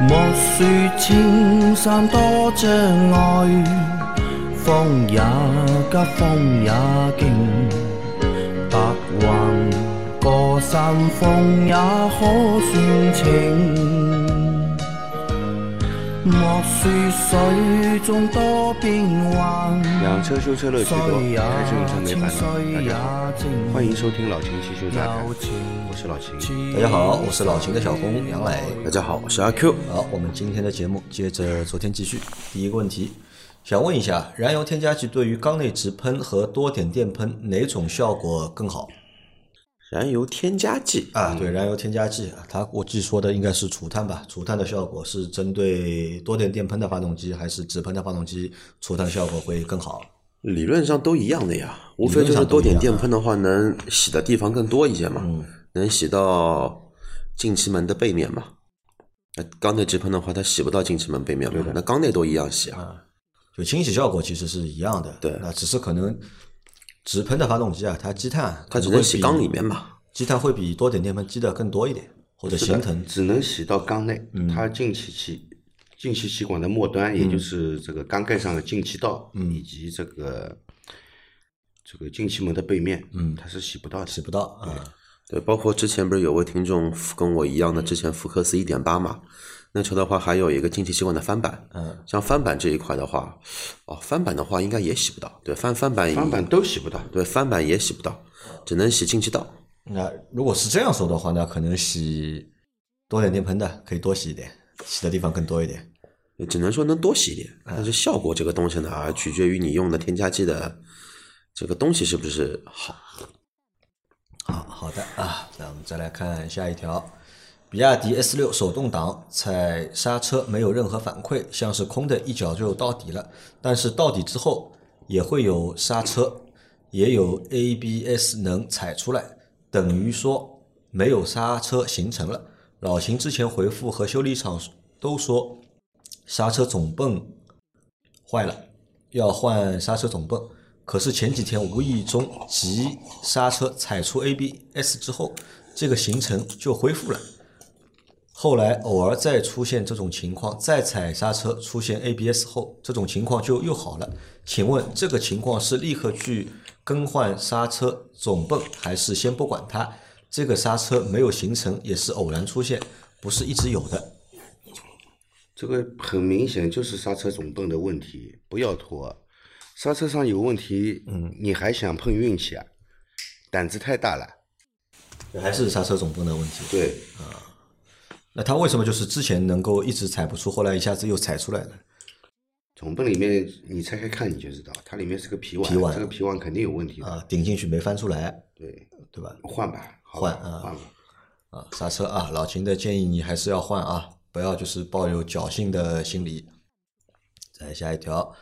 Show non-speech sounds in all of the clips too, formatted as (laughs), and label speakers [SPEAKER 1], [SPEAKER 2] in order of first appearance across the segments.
[SPEAKER 1] 莫说青山多障礙，風也急，風也勁。白雲過山峰也可算情。莫說水中多變幻，
[SPEAKER 2] 养车修车乐趣多，
[SPEAKER 1] 啊
[SPEAKER 2] 开车用车没烦恼。大家好，欢迎收听老秦汽修杂谈，我是老秦。
[SPEAKER 3] 大家好，我是老秦的小红杨磊。
[SPEAKER 4] 大家好，我是阿 Q。
[SPEAKER 3] 好，我们今天的节目接着昨天继续。第一个问题，想问一下，燃油添加剂对于缸内直喷和多点电喷哪种效果更好
[SPEAKER 4] 燃油添加剂
[SPEAKER 3] 啊？对，燃油添加剂啊，它我记说的应该是除碳吧？除碳的效果是针对多点电喷的发动机还是直喷的发动机除碳效果会更好？
[SPEAKER 4] 理论上都一样的呀，无
[SPEAKER 3] 理论
[SPEAKER 4] 非就是
[SPEAKER 3] 上
[SPEAKER 4] 多
[SPEAKER 3] 都一样
[SPEAKER 4] 点
[SPEAKER 3] 啊
[SPEAKER 4] 电喷的话，能洗的地方更多一些嘛，能洗到进气门的背面嘛。那缸内直喷的话，它洗不到进气门背面嘛，那缸内都一样洗啊。
[SPEAKER 3] 就清洗效果其实是一样的，
[SPEAKER 4] 对
[SPEAKER 3] 那只是可能直喷的发动机啊，它积碳
[SPEAKER 4] 它只
[SPEAKER 3] 可
[SPEAKER 4] 能
[SPEAKER 3] 会
[SPEAKER 4] 洗
[SPEAKER 3] 比
[SPEAKER 4] 缸里面嘛。
[SPEAKER 3] 积碳会比多点电喷积的更多一点，或者形成
[SPEAKER 2] 只能洗到缸内，
[SPEAKER 3] 嗯
[SPEAKER 2] 它进气气进气气管的末端，也就是这个缸盖上的进气道，
[SPEAKER 3] 嗯
[SPEAKER 2] 以及这个这个进气门的背面，嗯，它是洗不到的。
[SPEAKER 3] 洗不到啊。
[SPEAKER 4] 对，包括之前不是有位听众跟我一样的，之前福克斯一点八嘛，那车的话还有一个进气气管的翻板，
[SPEAKER 3] 嗯，
[SPEAKER 4] 像翻板这一块的话，哦，翻板的话应该也洗不到，对，翻翻板
[SPEAKER 2] 翻板都洗不到，
[SPEAKER 4] 对翻板也洗不到，只能洗进气道。
[SPEAKER 3] 那如果是这样说的话，那可能洗多点电喷的可以多洗一点，洗的地方更多一点。
[SPEAKER 4] 只能说能多洗一点，
[SPEAKER 3] 嗯
[SPEAKER 4] 但是效果这个东西呢，啊取决于你用的添加剂的这个东西是不是好。
[SPEAKER 3] 好好的啊，那我们再来看下一条，比亚迪 S 六手动挡踩刹车没有任何反馈，像是空的一脚就到底了，但是到底之后也会有刹车，也有 ABS 能踩出来，等于说没有刹车形成了。老秦之前回复和修理厂都说刹车总泵坏了，要换刹车总泵。可是前几天无意中急刹车踩出 ABS 之后，这个行程就恢复了。后来偶尔再出现这种情况，再踩刹车出现 ABS 后，这种情况就又好了。请问这个情况是立刻去更换刹车总泵，还是先不管它？这个刹车没有形成也是偶然出现，不是一直有的。
[SPEAKER 2] 这个很明显就是刹车总泵的问题，不要拖。刹车上有问题，嗯，你还想碰运气啊？胆子太大了。
[SPEAKER 3] 还是刹车总泵的问题。
[SPEAKER 2] 对，
[SPEAKER 3] 那它为什么就是之前能够一直踩不出，后来一下子又踩出来了？
[SPEAKER 2] 总泵里面你拆开看你就知道，它里面是个皮碗，
[SPEAKER 3] 皮碗
[SPEAKER 2] 这个皮碗肯定有问题的。
[SPEAKER 3] 啊，顶进去没翻出来，
[SPEAKER 2] 对，
[SPEAKER 3] 对吧？
[SPEAKER 2] 换吧，好吧
[SPEAKER 3] 换啊
[SPEAKER 2] 换吧。
[SPEAKER 3] 啊，刹车啊，老秦的建议你还是要换啊，不要就是抱有侥幸的心理。再下一条，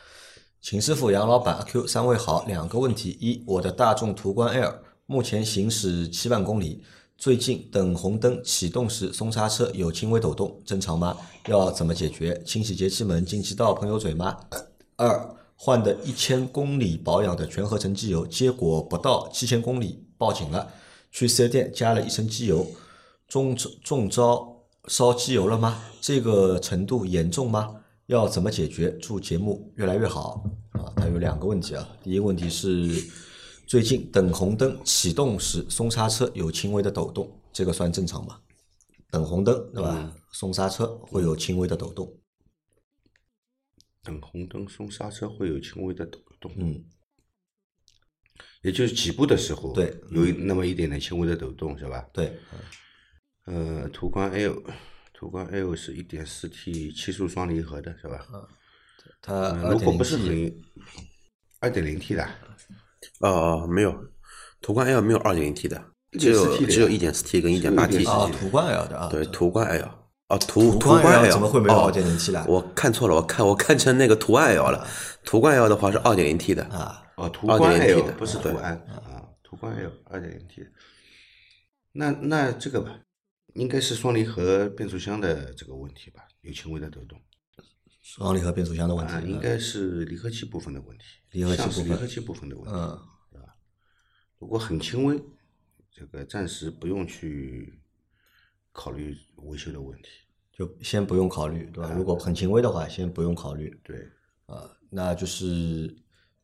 [SPEAKER 3] 秦师傅、杨老板、阿 Q 三位好，两个问题：一，我的大众途观 L 目前行驶七万公里，最近等红灯启动时松刹车有轻微抖动，正常吗？要怎么解决？清洗节气门、进气道、喷油嘴吗？二，换的一千公里保养的全合成机油，结果不到七千公里报警了，去四 S 店加了一升机油，中中招烧机油了吗？这个程度严重吗？要怎么解决？祝节目越来越好啊！它有两个问题啊，第一个问题是最近等红灯启动时松刹车有轻微的抖动，这个算正常吗？等红灯对吧？松刹车会有轻微的抖动，
[SPEAKER 2] 等红灯松刹车会有轻微的抖动，
[SPEAKER 3] 嗯，
[SPEAKER 2] 也就是起步的时候，
[SPEAKER 3] 对
[SPEAKER 2] 有一那么一点点轻微的抖动，是吧？
[SPEAKER 3] 对，
[SPEAKER 2] 呃，途观 L，途观 L 是一点四 T 七速双离合的，是吧？
[SPEAKER 3] 它
[SPEAKER 2] 呃
[SPEAKER 3] 2.0
[SPEAKER 2] 如果不是
[SPEAKER 3] T
[SPEAKER 2] 很二点零 T 的，
[SPEAKER 4] 哦哦，没有，途观 L 没有二点零 T 的，只有
[SPEAKER 2] 1.4T 的呀
[SPEAKER 4] 只有一点四 T 跟一点八 T
[SPEAKER 2] 1.4T。
[SPEAKER 3] 啊，途观 L 的啊，
[SPEAKER 4] 对，途观 L 啊，途
[SPEAKER 3] 途
[SPEAKER 4] 途
[SPEAKER 3] 观
[SPEAKER 4] 观
[SPEAKER 3] L
[SPEAKER 4] L
[SPEAKER 3] 怎么会没有
[SPEAKER 4] 哦
[SPEAKER 3] 2.0T 啦
[SPEAKER 4] 我看错了，我看我看成那个途观 L 了，途观 L 的话是二点零 T 的。
[SPEAKER 3] 啊，
[SPEAKER 2] 哦，途观
[SPEAKER 4] 2.0T
[SPEAKER 2] L
[SPEAKER 4] 的
[SPEAKER 2] 不是途
[SPEAKER 4] 对
[SPEAKER 2] 安啊，途观 L 二点零 T 的。那那这个吧，应该是双离合变速箱的这个问题吧，有轻微的抖动
[SPEAKER 3] 双离合变速箱的问题
[SPEAKER 2] 啊，，应该是离合器部分的问题，
[SPEAKER 3] 离合器
[SPEAKER 2] 像是
[SPEAKER 3] 部
[SPEAKER 2] 离
[SPEAKER 3] 分
[SPEAKER 2] 合器部分的问题。
[SPEAKER 3] 嗯，
[SPEAKER 2] 如果很轻微，这个暂时不用去考虑维修的问题，
[SPEAKER 3] 就先不用考虑，对
[SPEAKER 2] 啊
[SPEAKER 3] 吧？如果很轻微的话，先不用考虑
[SPEAKER 2] 对，
[SPEAKER 3] 啊。那就是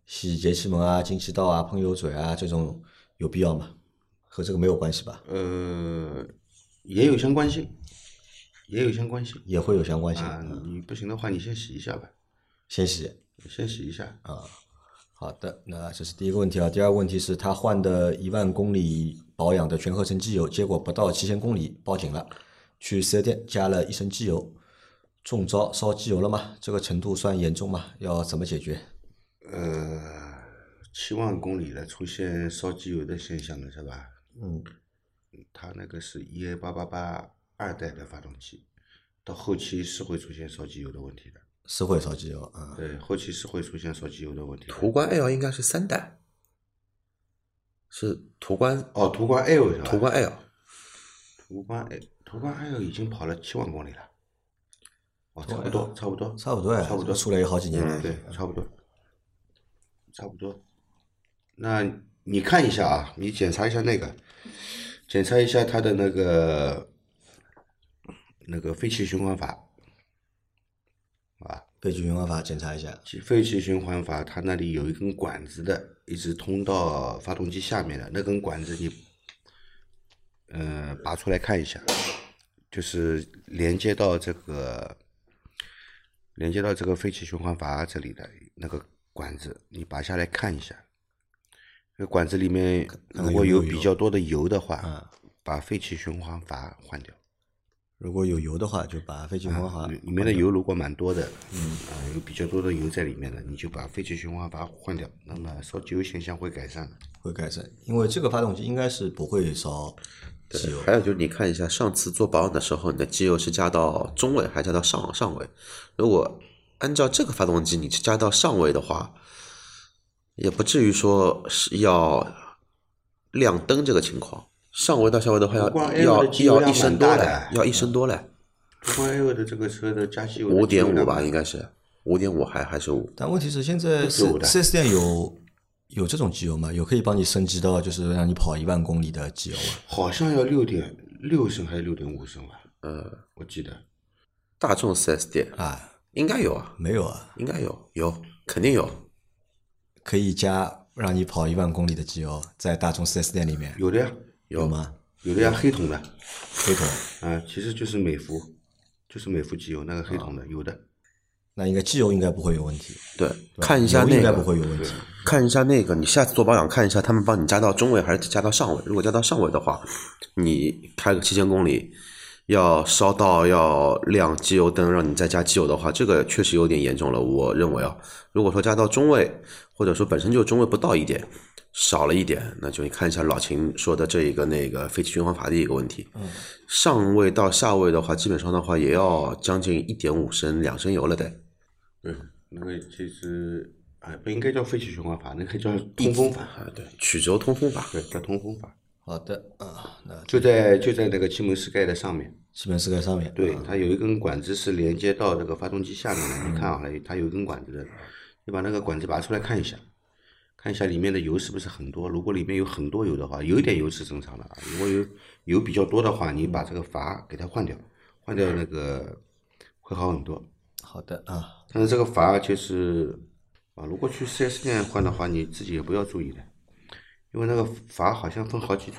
[SPEAKER 3] 洗节气门啊、进气道啊、喷油嘴啊这种有必要吗？和这个没有关系吧？
[SPEAKER 2] 呃，也有相关性，也有相关性
[SPEAKER 3] 也会有相关性，嗯
[SPEAKER 2] 啊。你不行的话，你先洗一下吧，
[SPEAKER 3] 先洗。
[SPEAKER 2] 先洗一下。
[SPEAKER 3] 好的，那这是第一个问题啊。第二个问题是他换的一万公里保养的全合成机油，结果不到七千公里报警了，去四 S 店加了一升机油，中招烧机油了吗？这个程度算严重吗？要怎么解决？
[SPEAKER 2] 呃，七万公里了，出现烧机油的现象了，是吧？
[SPEAKER 3] 嗯，
[SPEAKER 2] 它那个是 EA 八八八二代的发动机，到后期是会出现烧机油的问题的。
[SPEAKER 3] 是会烧机油啊。
[SPEAKER 2] 对，后期是会出现烧机油的问题的。
[SPEAKER 4] 途观 L 应该是三代，是途观
[SPEAKER 2] 哦，途观 L 是吧？
[SPEAKER 4] 途观 L，
[SPEAKER 2] 途观 L，途观 L 已经跑了七万公里了。哦，差不多，差不多，
[SPEAKER 3] 差不多呀，
[SPEAKER 2] 差不多
[SPEAKER 3] 出来有好几年了。
[SPEAKER 2] 嗯对，差不多，差不多。那你看一下啊，你检查一下那个，检查一下它的那个那个废气循环法，
[SPEAKER 3] 废气循环法检查一下，
[SPEAKER 2] 其废气循环法，它那里有一根管子的，一直通到发动机下面的那根管子你，呃，拔出来看一下，就是连接到这个连接到这个废气循环阀这里的那个管子，你拔下来看一下。这个管子里面
[SPEAKER 3] 看
[SPEAKER 2] 如
[SPEAKER 3] 看
[SPEAKER 2] 果
[SPEAKER 3] 有没有
[SPEAKER 2] 比
[SPEAKER 3] 油啊
[SPEAKER 2] 较多的油的话，把废气循环阀换掉。
[SPEAKER 3] 如果有油的话，就把废气循环法
[SPEAKER 2] 里里面的嗯油如果蛮多的，嗯，啊、有比较多的油在里面的，你就把废气循环阀换掉，那么烧机油现象会改善的。
[SPEAKER 3] 会改善，因为这个发动机应该是不会烧机油。
[SPEAKER 4] 还有就是你看一下上次做保养的时候，你的机油是加到中位还是加到上上位？如果按照这个发动机，你是加到上位的话，也不至于说是要亮灯这个情况。上位到下位的话要
[SPEAKER 2] 不光 L
[SPEAKER 4] 要
[SPEAKER 2] 的机油
[SPEAKER 4] 要
[SPEAKER 2] 量
[SPEAKER 4] 一升多
[SPEAKER 2] 蛮大
[SPEAKER 4] 嘞，
[SPEAKER 2] 的嗯
[SPEAKER 4] 要一升多嘞，
[SPEAKER 2] 途观 L 的这个车的加机油的
[SPEAKER 4] 五点
[SPEAKER 2] 机油
[SPEAKER 4] 五
[SPEAKER 2] 量
[SPEAKER 4] 吧，应该是五点五还还是五。
[SPEAKER 3] 但问题是，现在
[SPEAKER 2] 是
[SPEAKER 3] 四
[SPEAKER 2] 有的
[SPEAKER 3] 四 S 店有有这种机油吗？有可以帮你升级到就是让你跑一万公里的机油吗？
[SPEAKER 2] 好像要六点六升还是六点五升吧？呃，我记得
[SPEAKER 4] 大众 4S 店
[SPEAKER 3] 啊，
[SPEAKER 4] 应该有啊，
[SPEAKER 3] 没有啊，
[SPEAKER 4] 应该有，有肯定有。
[SPEAKER 3] 可以加让你跑一万公里的机油，在大众四 S 店里面
[SPEAKER 2] 有的呀，
[SPEAKER 3] 有吗？
[SPEAKER 2] 有的呀，黑桶的，
[SPEAKER 3] 黑桶，
[SPEAKER 2] 啊，其实就是美孚，就是美孚机油那个黑桶的，有的。
[SPEAKER 3] 那应该机油应该不会有问题，
[SPEAKER 4] 对，看一下
[SPEAKER 3] 油
[SPEAKER 4] 那
[SPEAKER 3] 应该
[SPEAKER 4] 个，
[SPEAKER 3] 不会有问题。
[SPEAKER 4] 看一下那个，你下次做保养看一下，他们帮你加到中位还是加到上位？如果加到上位的话，你开个七千公里，要烧到要亮机油灯，让你再加机油的话，这个确实有点严重了。我认为啊，如果说加到中位，或者说本身就中位不到一点，少了一点，那就你看一下老秦说的这一个那个废气循环阀的一个问
[SPEAKER 2] 嗯
[SPEAKER 4] 题。上位到下位的话，基本上的话也要将近一点五升、两升油了得。
[SPEAKER 2] 对，那个其实哎，不应该叫废气循环阀，那个叫通风阀，
[SPEAKER 4] 啊，对，曲轴通风法。
[SPEAKER 2] 对，叫通风阀，
[SPEAKER 3] 好的啊，那
[SPEAKER 2] 就在就在那个气门室盖的上面。
[SPEAKER 3] 基本是在上面。
[SPEAKER 2] 对，它有一根管子是连接到这个发动机下面的。你看啊，它有一根管子的，你把那个管子拔出来看一下，看一下里面的油是不是很多。如果里面有很多油的话，有一点油是正常的啊。如果有油比较多的话，你把这个阀给它换掉，换掉那个会好很多。
[SPEAKER 3] 好的啊，
[SPEAKER 2] 但是这个阀就是啊，如果去 4S 店换的话，你自己也不要注意的，因为那个阀好像分好几种，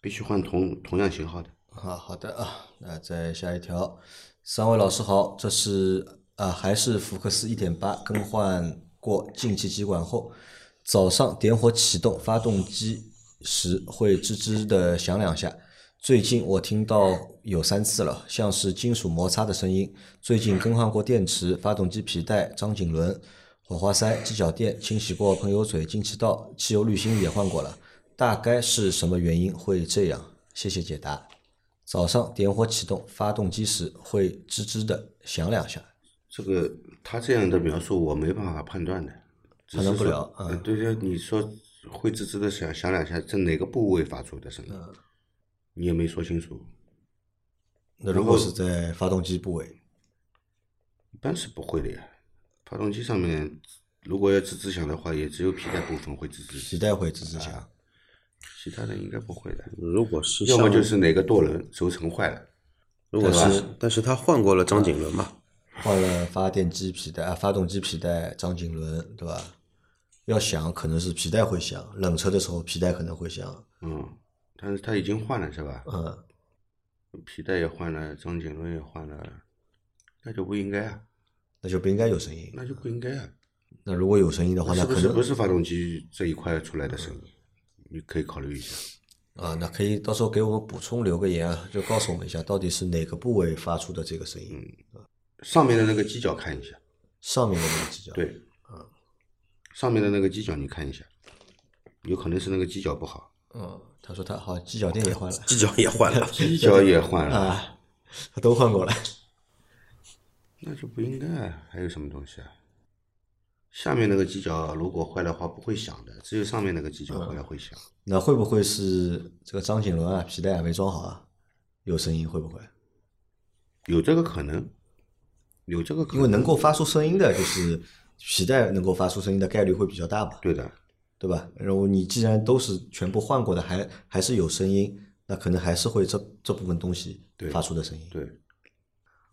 [SPEAKER 2] 必须换同同样型号的。
[SPEAKER 3] 啊，好的啊，那再下一条，三位老师好，这是啊，还是福克斯一点八更换过进气机管后，早上点火启动发动机时会吱吱的响两下。最近我听到有三次了，像是金属摩擦的声音。最近更换过电池、发动机皮带、张紧轮、火花塞、机脚垫，清洗过喷油嘴、进气道，汽油滤芯也换过了。大概是什么原因会这样？谢谢解答。早上点火启动发动机时会吱吱的响两下，
[SPEAKER 2] 这个他这样的描述我没办法判断的，只
[SPEAKER 3] 判断
[SPEAKER 2] 是
[SPEAKER 3] 不
[SPEAKER 2] 说
[SPEAKER 3] 了
[SPEAKER 2] 呃
[SPEAKER 3] 嗯
[SPEAKER 2] 对对，你说会吱吱的响响两下，这哪个部位发出的声音？
[SPEAKER 3] 嗯
[SPEAKER 2] 你也没说清楚，
[SPEAKER 3] 那如果是在发动机部位，
[SPEAKER 2] 一般是不会的呀。发动机上面如果要吱吱响的话，也只有皮带部分会吱吱
[SPEAKER 3] 皮
[SPEAKER 2] 响，
[SPEAKER 3] 带会吱吱
[SPEAKER 2] 啊
[SPEAKER 3] 响。
[SPEAKER 2] 其他的应该不会的。
[SPEAKER 4] 如果是
[SPEAKER 2] 要么
[SPEAKER 4] 上
[SPEAKER 2] 就是哪个舵轮轴承坏了，
[SPEAKER 4] 如果
[SPEAKER 2] 对
[SPEAKER 4] 是，但是他换过了张景伦
[SPEAKER 3] (laughs)
[SPEAKER 4] 嘛，
[SPEAKER 3] 换了发电机皮带 (laughs) 啊，发动机皮带，张景伦对吧？要响可能是皮带会响，冷车的时候皮带可能会响，
[SPEAKER 2] 嗯，但是他已经换了是吧？
[SPEAKER 3] 嗯，
[SPEAKER 2] 皮带也换了，张景伦也换了，那就不应该啊，
[SPEAKER 3] 那就不应该有声音。
[SPEAKER 2] 那就不应该啊。
[SPEAKER 3] 那如果有声音的话，那
[SPEAKER 2] 是不
[SPEAKER 3] 可
[SPEAKER 2] 是
[SPEAKER 3] 能
[SPEAKER 2] 不是发动机这一块出来的声音？你可以考虑一下。
[SPEAKER 3] 啊，那可以到时候给我们补充留个言啊，就告诉我们一下到底是哪个部位发出的这个声音。
[SPEAKER 2] 嗯上面的那个犄角看一下，
[SPEAKER 3] 上面的那个犄角，，
[SPEAKER 2] 对，
[SPEAKER 3] 嗯
[SPEAKER 2] 上面的那个犄角你看一下，有可能是那个犄角不好，，
[SPEAKER 3] 嗯，他说他好犄角垫也换了
[SPEAKER 4] 犄角也换了
[SPEAKER 2] 犄角也换了，
[SPEAKER 3] 啊， (laughs) 他都换过了。
[SPEAKER 2] 那就不应该啊。还有什么东西啊？下面那个犄角如果坏的话不会响的，只有上面那个犄角
[SPEAKER 3] 嗯
[SPEAKER 2] 坏了会响。
[SPEAKER 3] 那会不会是这个张景伦啊，皮带还没装好啊，有声音会不会？
[SPEAKER 2] 有这个可能，有这个可
[SPEAKER 3] 因
[SPEAKER 2] 能，
[SPEAKER 3] 为能够发出声音的，就是皮带能够发出声音的概率会比较大嘛，
[SPEAKER 2] 对的，
[SPEAKER 3] 对吧？然后你既然都是全部换过的，还还是有声音，那可能还是会这这部分东西
[SPEAKER 2] 对
[SPEAKER 3] 发出的声音。
[SPEAKER 2] 对，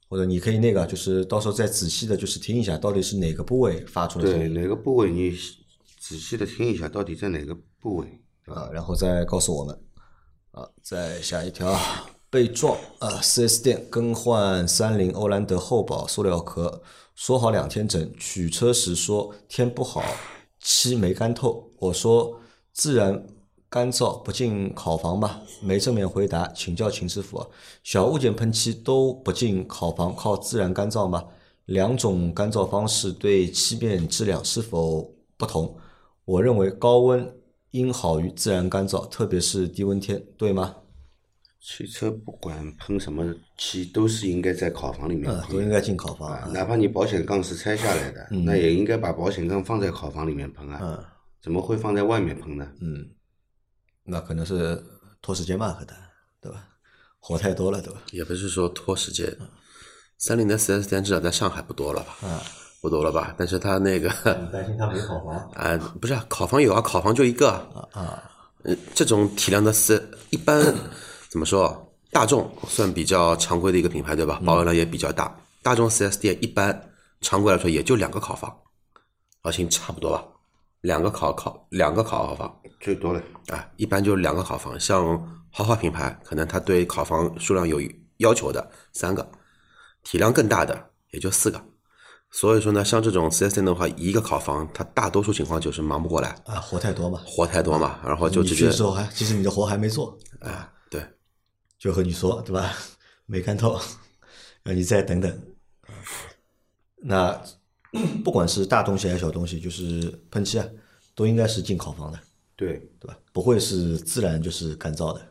[SPEAKER 3] 或者你可以那个，就是到时候再仔细的，就是听一下到底是哪个部位发出的声
[SPEAKER 2] 对，
[SPEAKER 3] 音
[SPEAKER 2] 哪个部位你仔细的听一下，到底在哪个部位？
[SPEAKER 3] 啊，然后再告诉我们。啊，再下一条啊，被撞啊，4 S 店更换三菱欧蓝德后保塑料壳，说好两天整，取车时说天不好，漆没干透，我说自然干燥不进烤房吧，没正面回答，请教秦师傅啊，小物件喷漆都不进烤房，靠自然干燥吗？两种干燥方式对漆面质量是否不同？我认为高温应好于自然干燥，特别是低温天，对吗？
[SPEAKER 2] 汽车不管喷什么漆，都是应该在烤房里面
[SPEAKER 3] 啊，
[SPEAKER 2] 喷
[SPEAKER 3] 都
[SPEAKER 2] 的
[SPEAKER 3] 应该进烤房
[SPEAKER 2] 啊
[SPEAKER 3] 啊，。
[SPEAKER 2] 哪怕你保险杠是拆下来的，那也应该把保险杠放在烤房里面喷啊，
[SPEAKER 3] 嗯
[SPEAKER 2] 怎么会放在外面喷呢？
[SPEAKER 3] 嗯，那可能是拖时间吧，可能对吧？活太多了，对吧？
[SPEAKER 4] 也不是说拖时间。三菱的 4S 店至少在上海不多了吧？
[SPEAKER 3] 嗯
[SPEAKER 4] 不多了吧？但是他那个
[SPEAKER 3] 担心他没烤房
[SPEAKER 4] (laughs) 啊，不是啊，烤房有啊，烤房就一个啊。
[SPEAKER 3] 啊？
[SPEAKER 4] 呃，这种体量的四一般怎么说啊？大众算比较常规的一个品牌，对吧？
[SPEAKER 3] 嗯
[SPEAKER 4] 保有量也比较大。大众 4S 店一般常规来说也就两个烤房，而且差不多吧，两个烤烤两个烤房
[SPEAKER 2] 最多了，
[SPEAKER 4] 啊，一般就两个烤房。像豪华品牌，可能它对烤房数量有要求的三个，体量更大的也就四个。所以说呢，像这种 4S 店的话，一个烤房，它大多数情况就是忙不过来，
[SPEAKER 3] 啊，活太多嘛，
[SPEAKER 4] 活太多嘛，然后 (laughs) 就
[SPEAKER 3] 你
[SPEAKER 4] 直
[SPEAKER 3] 去
[SPEAKER 4] 接
[SPEAKER 3] 的时候还，其实你的活还没做，
[SPEAKER 4] 啊，对。
[SPEAKER 3] 就和你说，对吧？没看透，让你再等等。啊那 (clears throat) 不管是大东西还是小东西，就是喷漆啊，都应该是进烤房的，
[SPEAKER 2] 对，
[SPEAKER 3] 对吧？不会是自然就是干燥的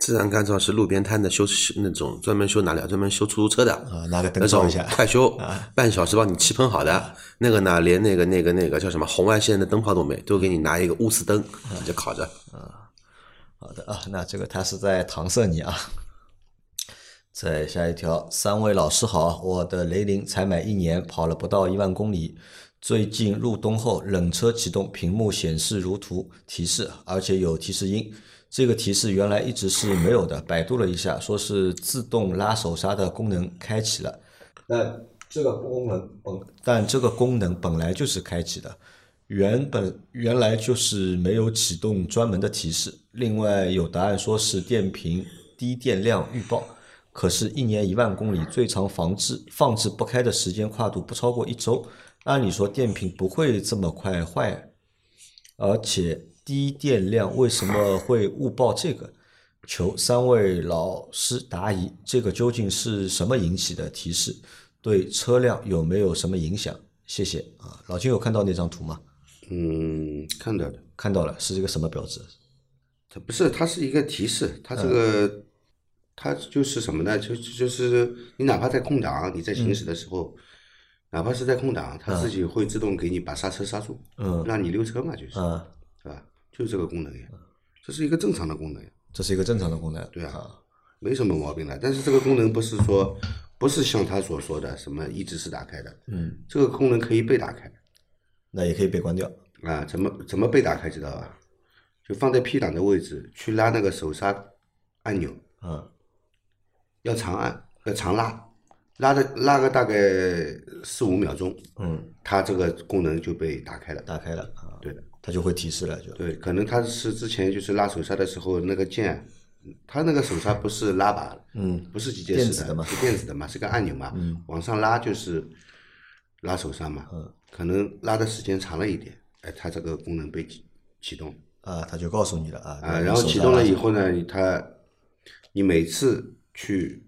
[SPEAKER 4] 自然干燥是路边摊的修那种专门修哪里啊？专门修出租车的
[SPEAKER 3] 啊、拿个灯
[SPEAKER 4] 那
[SPEAKER 3] 照
[SPEAKER 4] 种
[SPEAKER 3] 一下，啊
[SPEAKER 4] 快修，半小时帮你漆喷好的。那个呢，连那个那个那个叫什么红外线的灯泡都没，都给你拿一个钨丝灯直接烤着。
[SPEAKER 3] 好的啊，那这个他是在搪塞你啊。 (laughs) 再下一条，三位老师好，啊我的雷凌才买一年，跑了不到一万公里，最近入冬后冷车启动，屏幕显示如图提示，而且有提示音。这个提示原来一直是没有的，百度了一下，说是自动拉手刹的功能开启了，但这个功能本但这个功能本来就是开启的，原本原来就是没有启动专门的提示。另外有答案说是电瓶低电量预报，可是，一年一万公里，最长防置放置不开的时间跨度不超过一周。按理说电瓶不会这么快坏，而且低电量为什么会误报这个？求三位老师答疑，这个究竟是什么引起的提示？对车辆有没有什么影响？谢谢啊，老金有看到那张图吗？
[SPEAKER 2] 嗯，看到的，
[SPEAKER 3] 看到了，是一个什么标志？
[SPEAKER 2] 它不是，它是一个提示，它这
[SPEAKER 3] 嗯
[SPEAKER 2] 个，它就是什么呢？就就就是你哪怕在空档，你在
[SPEAKER 3] 嗯
[SPEAKER 2] 行驶的时候，哪怕是在空档，它自己会自动给你把刹车刹住，
[SPEAKER 3] 嗯
[SPEAKER 2] 让你溜车嘛，就是，
[SPEAKER 3] 啊，
[SPEAKER 2] 对吧？就是这个功能呀，这是一个正常的功能呀。
[SPEAKER 3] 这是一个正常的功能。
[SPEAKER 2] 对啊没什么毛病的。但是这个功能不是说，不是像他所说的什么一直是打开的，
[SPEAKER 3] 嗯，
[SPEAKER 2] 这个功能可以被打开
[SPEAKER 3] 那也可以被关掉。
[SPEAKER 2] 啊？怎么怎么被打开知道吧？就放在 P 档的位置去拉那个手刹按钮，
[SPEAKER 3] 嗯，
[SPEAKER 2] 要长按，要长拉，拉的拉个大概四五秒钟，
[SPEAKER 3] 嗯，
[SPEAKER 2] 它这个功能就被打开了。
[SPEAKER 3] 打开了啊，
[SPEAKER 2] 对的，
[SPEAKER 3] 它就会提示了，就
[SPEAKER 2] 对，可能他是之前就是拉手刹的时候那个键，他那个手刹不是拉把，嗯，不是机械
[SPEAKER 3] 电
[SPEAKER 2] 式
[SPEAKER 3] 子的嘛嗯
[SPEAKER 2] 是电子的嘛，是个按钮嘛，往上拉就是拉手刹嘛，可能拉的时间长了一点，哎，它这个功能被启启动
[SPEAKER 3] 啊，它就告诉你了啊。
[SPEAKER 2] 啊，然后启动了以，后呢，它你每次去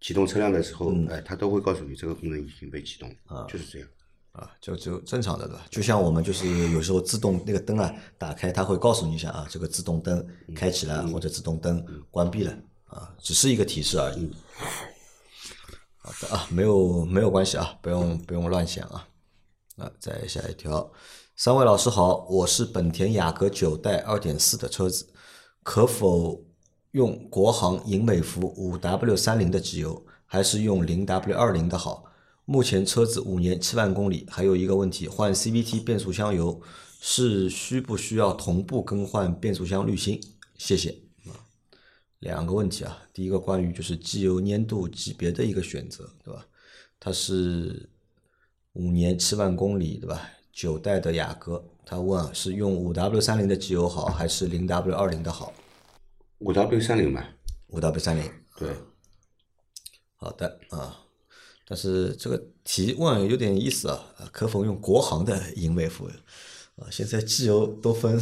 [SPEAKER 2] 启动车辆的时候，
[SPEAKER 3] 嗯
[SPEAKER 2] 哎，它都会告诉你这个功能已经被启动，就是这样。
[SPEAKER 3] 啊，就就正常的对吧？就像我们就是有时候自动那个灯啊打开，它会告诉你一下啊，这个自动灯
[SPEAKER 2] 嗯
[SPEAKER 3] 开启了或者自动灯关闭了啊，只是一个提示而
[SPEAKER 2] 嗯
[SPEAKER 3] 已。好的啊，没有没有关系啊，不用不用乱想啊。那再下一条，三位老师好，我是本田雅阁九代二点四的车子，可否用国行银美孚五 W 三零的机油，还是用零 W 二零的好？目前车子五年七万公里，还有一个问题，换 CVT 变速箱油是需不需要同步更换变速箱滤芯？谢谢。两个问题啊，第一个关于就是机油粘度级别的一个选择，对吧？它是五年七万公里，对吧？九代的雅阁，他问啊，是用五 W 三零的机油好，还是零 W 二零的好？
[SPEAKER 2] 五 W 三零
[SPEAKER 3] 啊
[SPEAKER 2] 嘛，
[SPEAKER 3] 五 W 三零，
[SPEAKER 2] 对，
[SPEAKER 3] 好的啊，但是这个提问有点意思啊，啊可否用国行的银美孚？啊，现在机油都
[SPEAKER 4] (laughs)
[SPEAKER 3] 分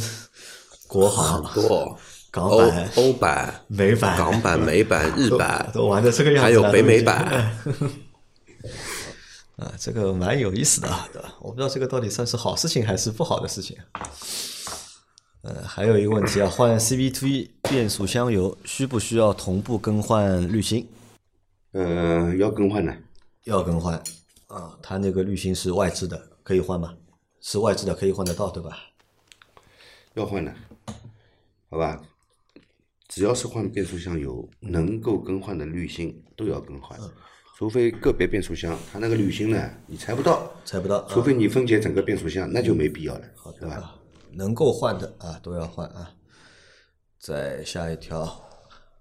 [SPEAKER 3] 国行、
[SPEAKER 4] 多
[SPEAKER 3] 港
[SPEAKER 4] 欧
[SPEAKER 3] 版、
[SPEAKER 4] 欧版、
[SPEAKER 3] 美版、
[SPEAKER 4] 港版、美
[SPEAKER 3] (laughs)
[SPEAKER 4] 版、日
[SPEAKER 3] 都
[SPEAKER 4] 版，
[SPEAKER 3] 都玩的这个样
[SPEAKER 4] 还
[SPEAKER 3] 子了，啊
[SPEAKER 4] 有
[SPEAKER 3] 都
[SPEAKER 4] 北
[SPEAKER 3] 已
[SPEAKER 4] 美
[SPEAKER 3] 经
[SPEAKER 4] 版。
[SPEAKER 3] (laughs) 啊，这个蛮有意思的啊，对吧？我不知道这个到底算是好事情还是不好的事情。啊呃，还有一个问题啊，换 CVT 变速箱油需不需要同步更换滤芯？
[SPEAKER 2] 呃，要更换的，
[SPEAKER 3] 要更换啊，它那个滤芯是外置的，可以换吗？是外置的，可以换得到，对吧？
[SPEAKER 2] 要换的，好吧？只要是换变速箱油，能够更换的滤芯都要更
[SPEAKER 3] 嗯
[SPEAKER 2] 换，除非个别变速箱它那个滤芯呢你拆不到，
[SPEAKER 3] 猜不到，啊
[SPEAKER 2] 除非你分解整个变速箱，那就没必要了，
[SPEAKER 3] 嗯
[SPEAKER 2] 对吧？
[SPEAKER 3] 能够换的啊都要换啊。再下一条，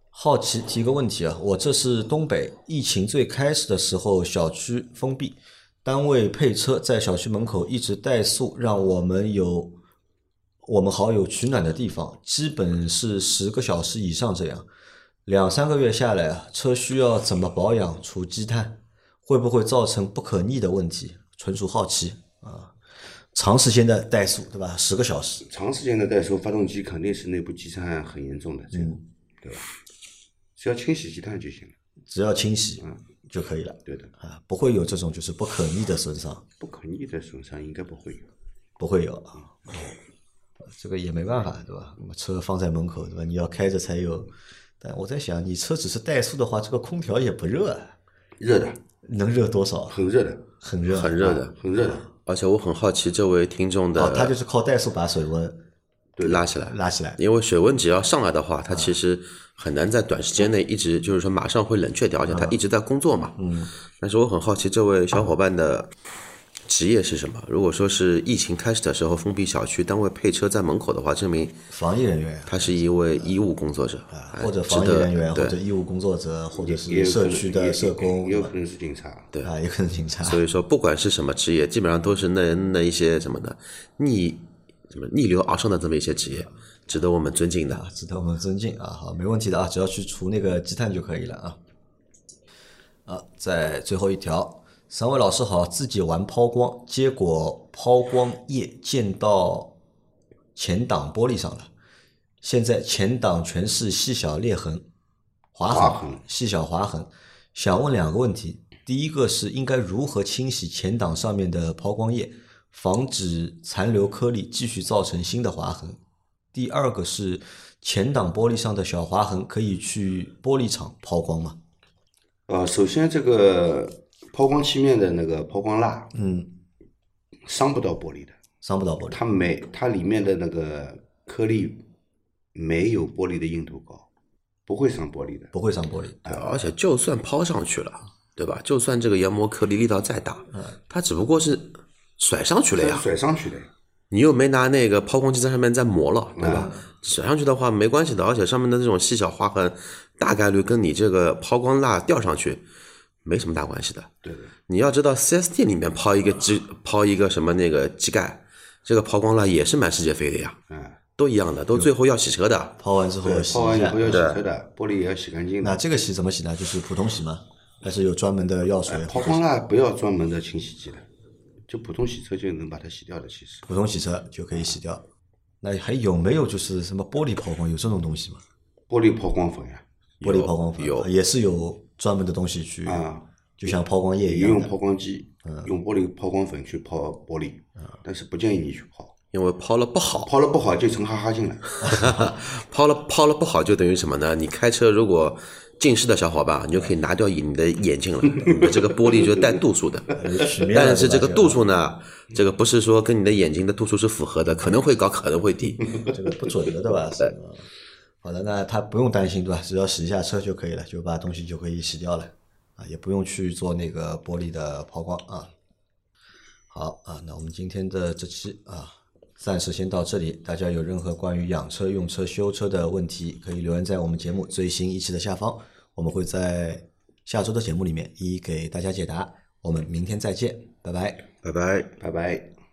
[SPEAKER 3] 好奇提个问题啊，我这是东北，疫情最开始的时候小区封闭，单位配车在小区门口一直怠速，让我们有我们好友取暖的地方，基本是十个小时以上这样。两三个月下来啊，车需要怎么保养、除积碳，会不会造成不可逆的问题？纯属好奇啊。长时间的怠速，对吧？十个小时，
[SPEAKER 2] 长时间的怠速，发动机肯定是内部积碳很严重的，这个，
[SPEAKER 3] 嗯
[SPEAKER 2] 对吧？只要清洗积碳就行了，
[SPEAKER 3] 只要清洗嗯就可以了
[SPEAKER 2] 对的，
[SPEAKER 3] 啊，不会有这种就是不可逆的损伤，
[SPEAKER 2] 不可逆的损伤应该不会有。
[SPEAKER 3] 不会有啊。这个也没办法，对吧？那么车放在门口，对吧？你要开着才有。但我在想，你车只是怠速的话，这个空调也不热，啊，
[SPEAKER 2] 热的，
[SPEAKER 3] 能热多少？
[SPEAKER 2] 很热的，啊
[SPEAKER 3] 很热，啊
[SPEAKER 4] 很热的，
[SPEAKER 2] 很热的，
[SPEAKER 4] 而且我很好奇这位听众
[SPEAKER 3] 哦，它
[SPEAKER 4] 的
[SPEAKER 3] 就是靠怠速把水温
[SPEAKER 4] 拉起来，
[SPEAKER 3] 拉起来。嗯
[SPEAKER 4] 因为水温只要上来的话，它其实很难在短时间内一直就是说马上会冷却掉，
[SPEAKER 3] 嗯
[SPEAKER 4] 而且它一直在工作嘛。嗯。但是我很好奇这位小伙伴的职业是什么？如果说是疫情开始的时候封闭小区，单位配车在门口的话，证明
[SPEAKER 3] 防疫人员
[SPEAKER 4] 他是一位医务工作者，哎
[SPEAKER 3] 啊或者
[SPEAKER 4] 值
[SPEAKER 3] 防疫
[SPEAKER 4] 得
[SPEAKER 3] 人员，或
[SPEAKER 4] 对
[SPEAKER 3] 者医务工作者，或者
[SPEAKER 2] 也
[SPEAKER 3] 是
[SPEAKER 2] 有可
[SPEAKER 3] 社
[SPEAKER 2] 能
[SPEAKER 3] 区的社工，
[SPEAKER 2] 也有可能是警察，
[SPEAKER 3] 对吧啊，也可能警察。
[SPEAKER 4] 所以说，不管是什么职业，基本上都是那那一些什么的逆什么逆流而上的这么一些职业，值得我们尊敬的
[SPEAKER 3] 啊。值得我们尊敬啊！好，没问题的啊，只要去除那个积碳就可以了啊。啊，在最后一条，三位老师好，自己玩抛光，结果抛光液溅到前挡玻璃上了，现在前挡全是细小裂痕、划痕、
[SPEAKER 2] 划痕
[SPEAKER 3] 细小划痕。想问两个问题，第一个是应该如何清洗前挡上面的抛光液，防止残留颗粒继续造成新的划痕？第二个是前挡玻璃上的小划痕可以去玻璃厂抛光吗？
[SPEAKER 2] 呃，首先这个抛光漆面的那个抛光蜡
[SPEAKER 3] 嗯，
[SPEAKER 2] 伤不到玻璃的，
[SPEAKER 3] 伤不到玻璃。
[SPEAKER 2] 它没它里面的那个颗粒没有玻璃的硬度高，不会伤玻璃的。
[SPEAKER 3] 不会伤玻璃，
[SPEAKER 4] 对而且就算抛上去了，对吧？就嗯
[SPEAKER 3] 啊
[SPEAKER 4] 算这个研磨颗粒力道再大，它只不过是甩上去了呀，
[SPEAKER 2] 甩上去的，
[SPEAKER 4] 你又没拿那个抛光机在上面再磨了，对吧？甩上去的话没关系的，而且上面的这种细小划痕，大概率跟你这个抛光蜡掉上去没什么大关系的。
[SPEAKER 2] 对的，
[SPEAKER 4] 你要知道，4S 店里面抛一个机，抛一个什么那个机盖，这个抛光蜡也是满世界飞的呀，
[SPEAKER 2] 嗯，
[SPEAKER 4] 都一样的，都最后要洗车的。
[SPEAKER 3] 抛完之后要洗
[SPEAKER 2] 泡完
[SPEAKER 3] 一
[SPEAKER 2] 以
[SPEAKER 3] 下
[SPEAKER 2] 后。要洗车的，玻璃也要洗干净
[SPEAKER 3] 那
[SPEAKER 2] 的。
[SPEAKER 3] 这个洗怎么洗呢？就是普通洗吗？还是有专门的药水？
[SPEAKER 2] 哎抛光蜡不要专门的清洗剂的，就普通洗车就能把它洗掉的。其实
[SPEAKER 3] 普通洗车就可以洗掉。那还有没有就是什么玻璃抛光有这种东西吗？
[SPEAKER 2] 玻璃抛光粉呀，
[SPEAKER 3] 玻璃抛光粉
[SPEAKER 4] 有
[SPEAKER 3] 也是有专门的东西去，
[SPEAKER 2] 啊，
[SPEAKER 3] 就像抛光液一
[SPEAKER 2] 也
[SPEAKER 3] 样
[SPEAKER 2] 用
[SPEAKER 3] 的嗯
[SPEAKER 2] 抛光机，用玻璃抛光粉去抛玻璃，但是不建议你去抛，
[SPEAKER 4] 因为抛了不好，
[SPEAKER 2] 抛了不好就成哈哈镜了。
[SPEAKER 4] 抛了抛了不好就等于什么呢？你开车如果近视的小伙伴，你就可以拿掉你的眼镜了，你的这个玻璃就带度
[SPEAKER 3] (laughs)
[SPEAKER 4] 数的。
[SPEAKER 3] 有曲呃面的
[SPEAKER 4] 但是这
[SPEAKER 3] 对吧
[SPEAKER 4] 个度数呢，这个不是说跟你的眼睛的度数是符合的，可能会高，可能会低。
[SPEAKER 3] (laughs) 这个不准的，对吧？是吧好的，那他不用担心，对吧？只要洗一下车就可以了，就把东西就可以洗掉了啊，也不用去做那个玻璃的抛光啊。好啊，那我们今天的这期啊，暂时先到这里。大家有任何关于养车、用车、修车的问题，可以留言在我们节目最新一期的下方，我们会在下周的节目里面一一给大家解答。我们明天再见，拜拜。
[SPEAKER 4] 拜拜。
[SPEAKER 2] 拜拜。